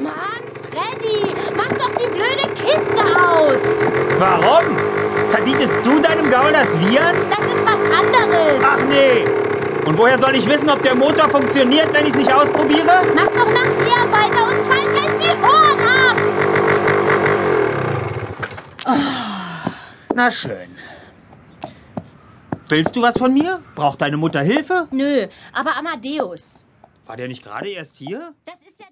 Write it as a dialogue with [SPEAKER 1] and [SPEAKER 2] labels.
[SPEAKER 1] Mann, Freddy, mach doch die blöde Kiste aus.
[SPEAKER 2] Warum? Verbietest du deinem Gaul das Viren?
[SPEAKER 1] Das ist was anderes.
[SPEAKER 2] Ach nee. Und woher soll ich wissen, ob der Motor funktioniert, wenn ich es nicht ausprobiere?
[SPEAKER 1] Mach doch nach mir weiter, uns fallen gleich die Ohren ab.
[SPEAKER 2] Na schön. Willst du was von mir? Braucht deine Mutter Hilfe?
[SPEAKER 1] Nö, aber Amadeus.
[SPEAKER 2] War der nicht gerade erst hier?
[SPEAKER 1] Das ist ja der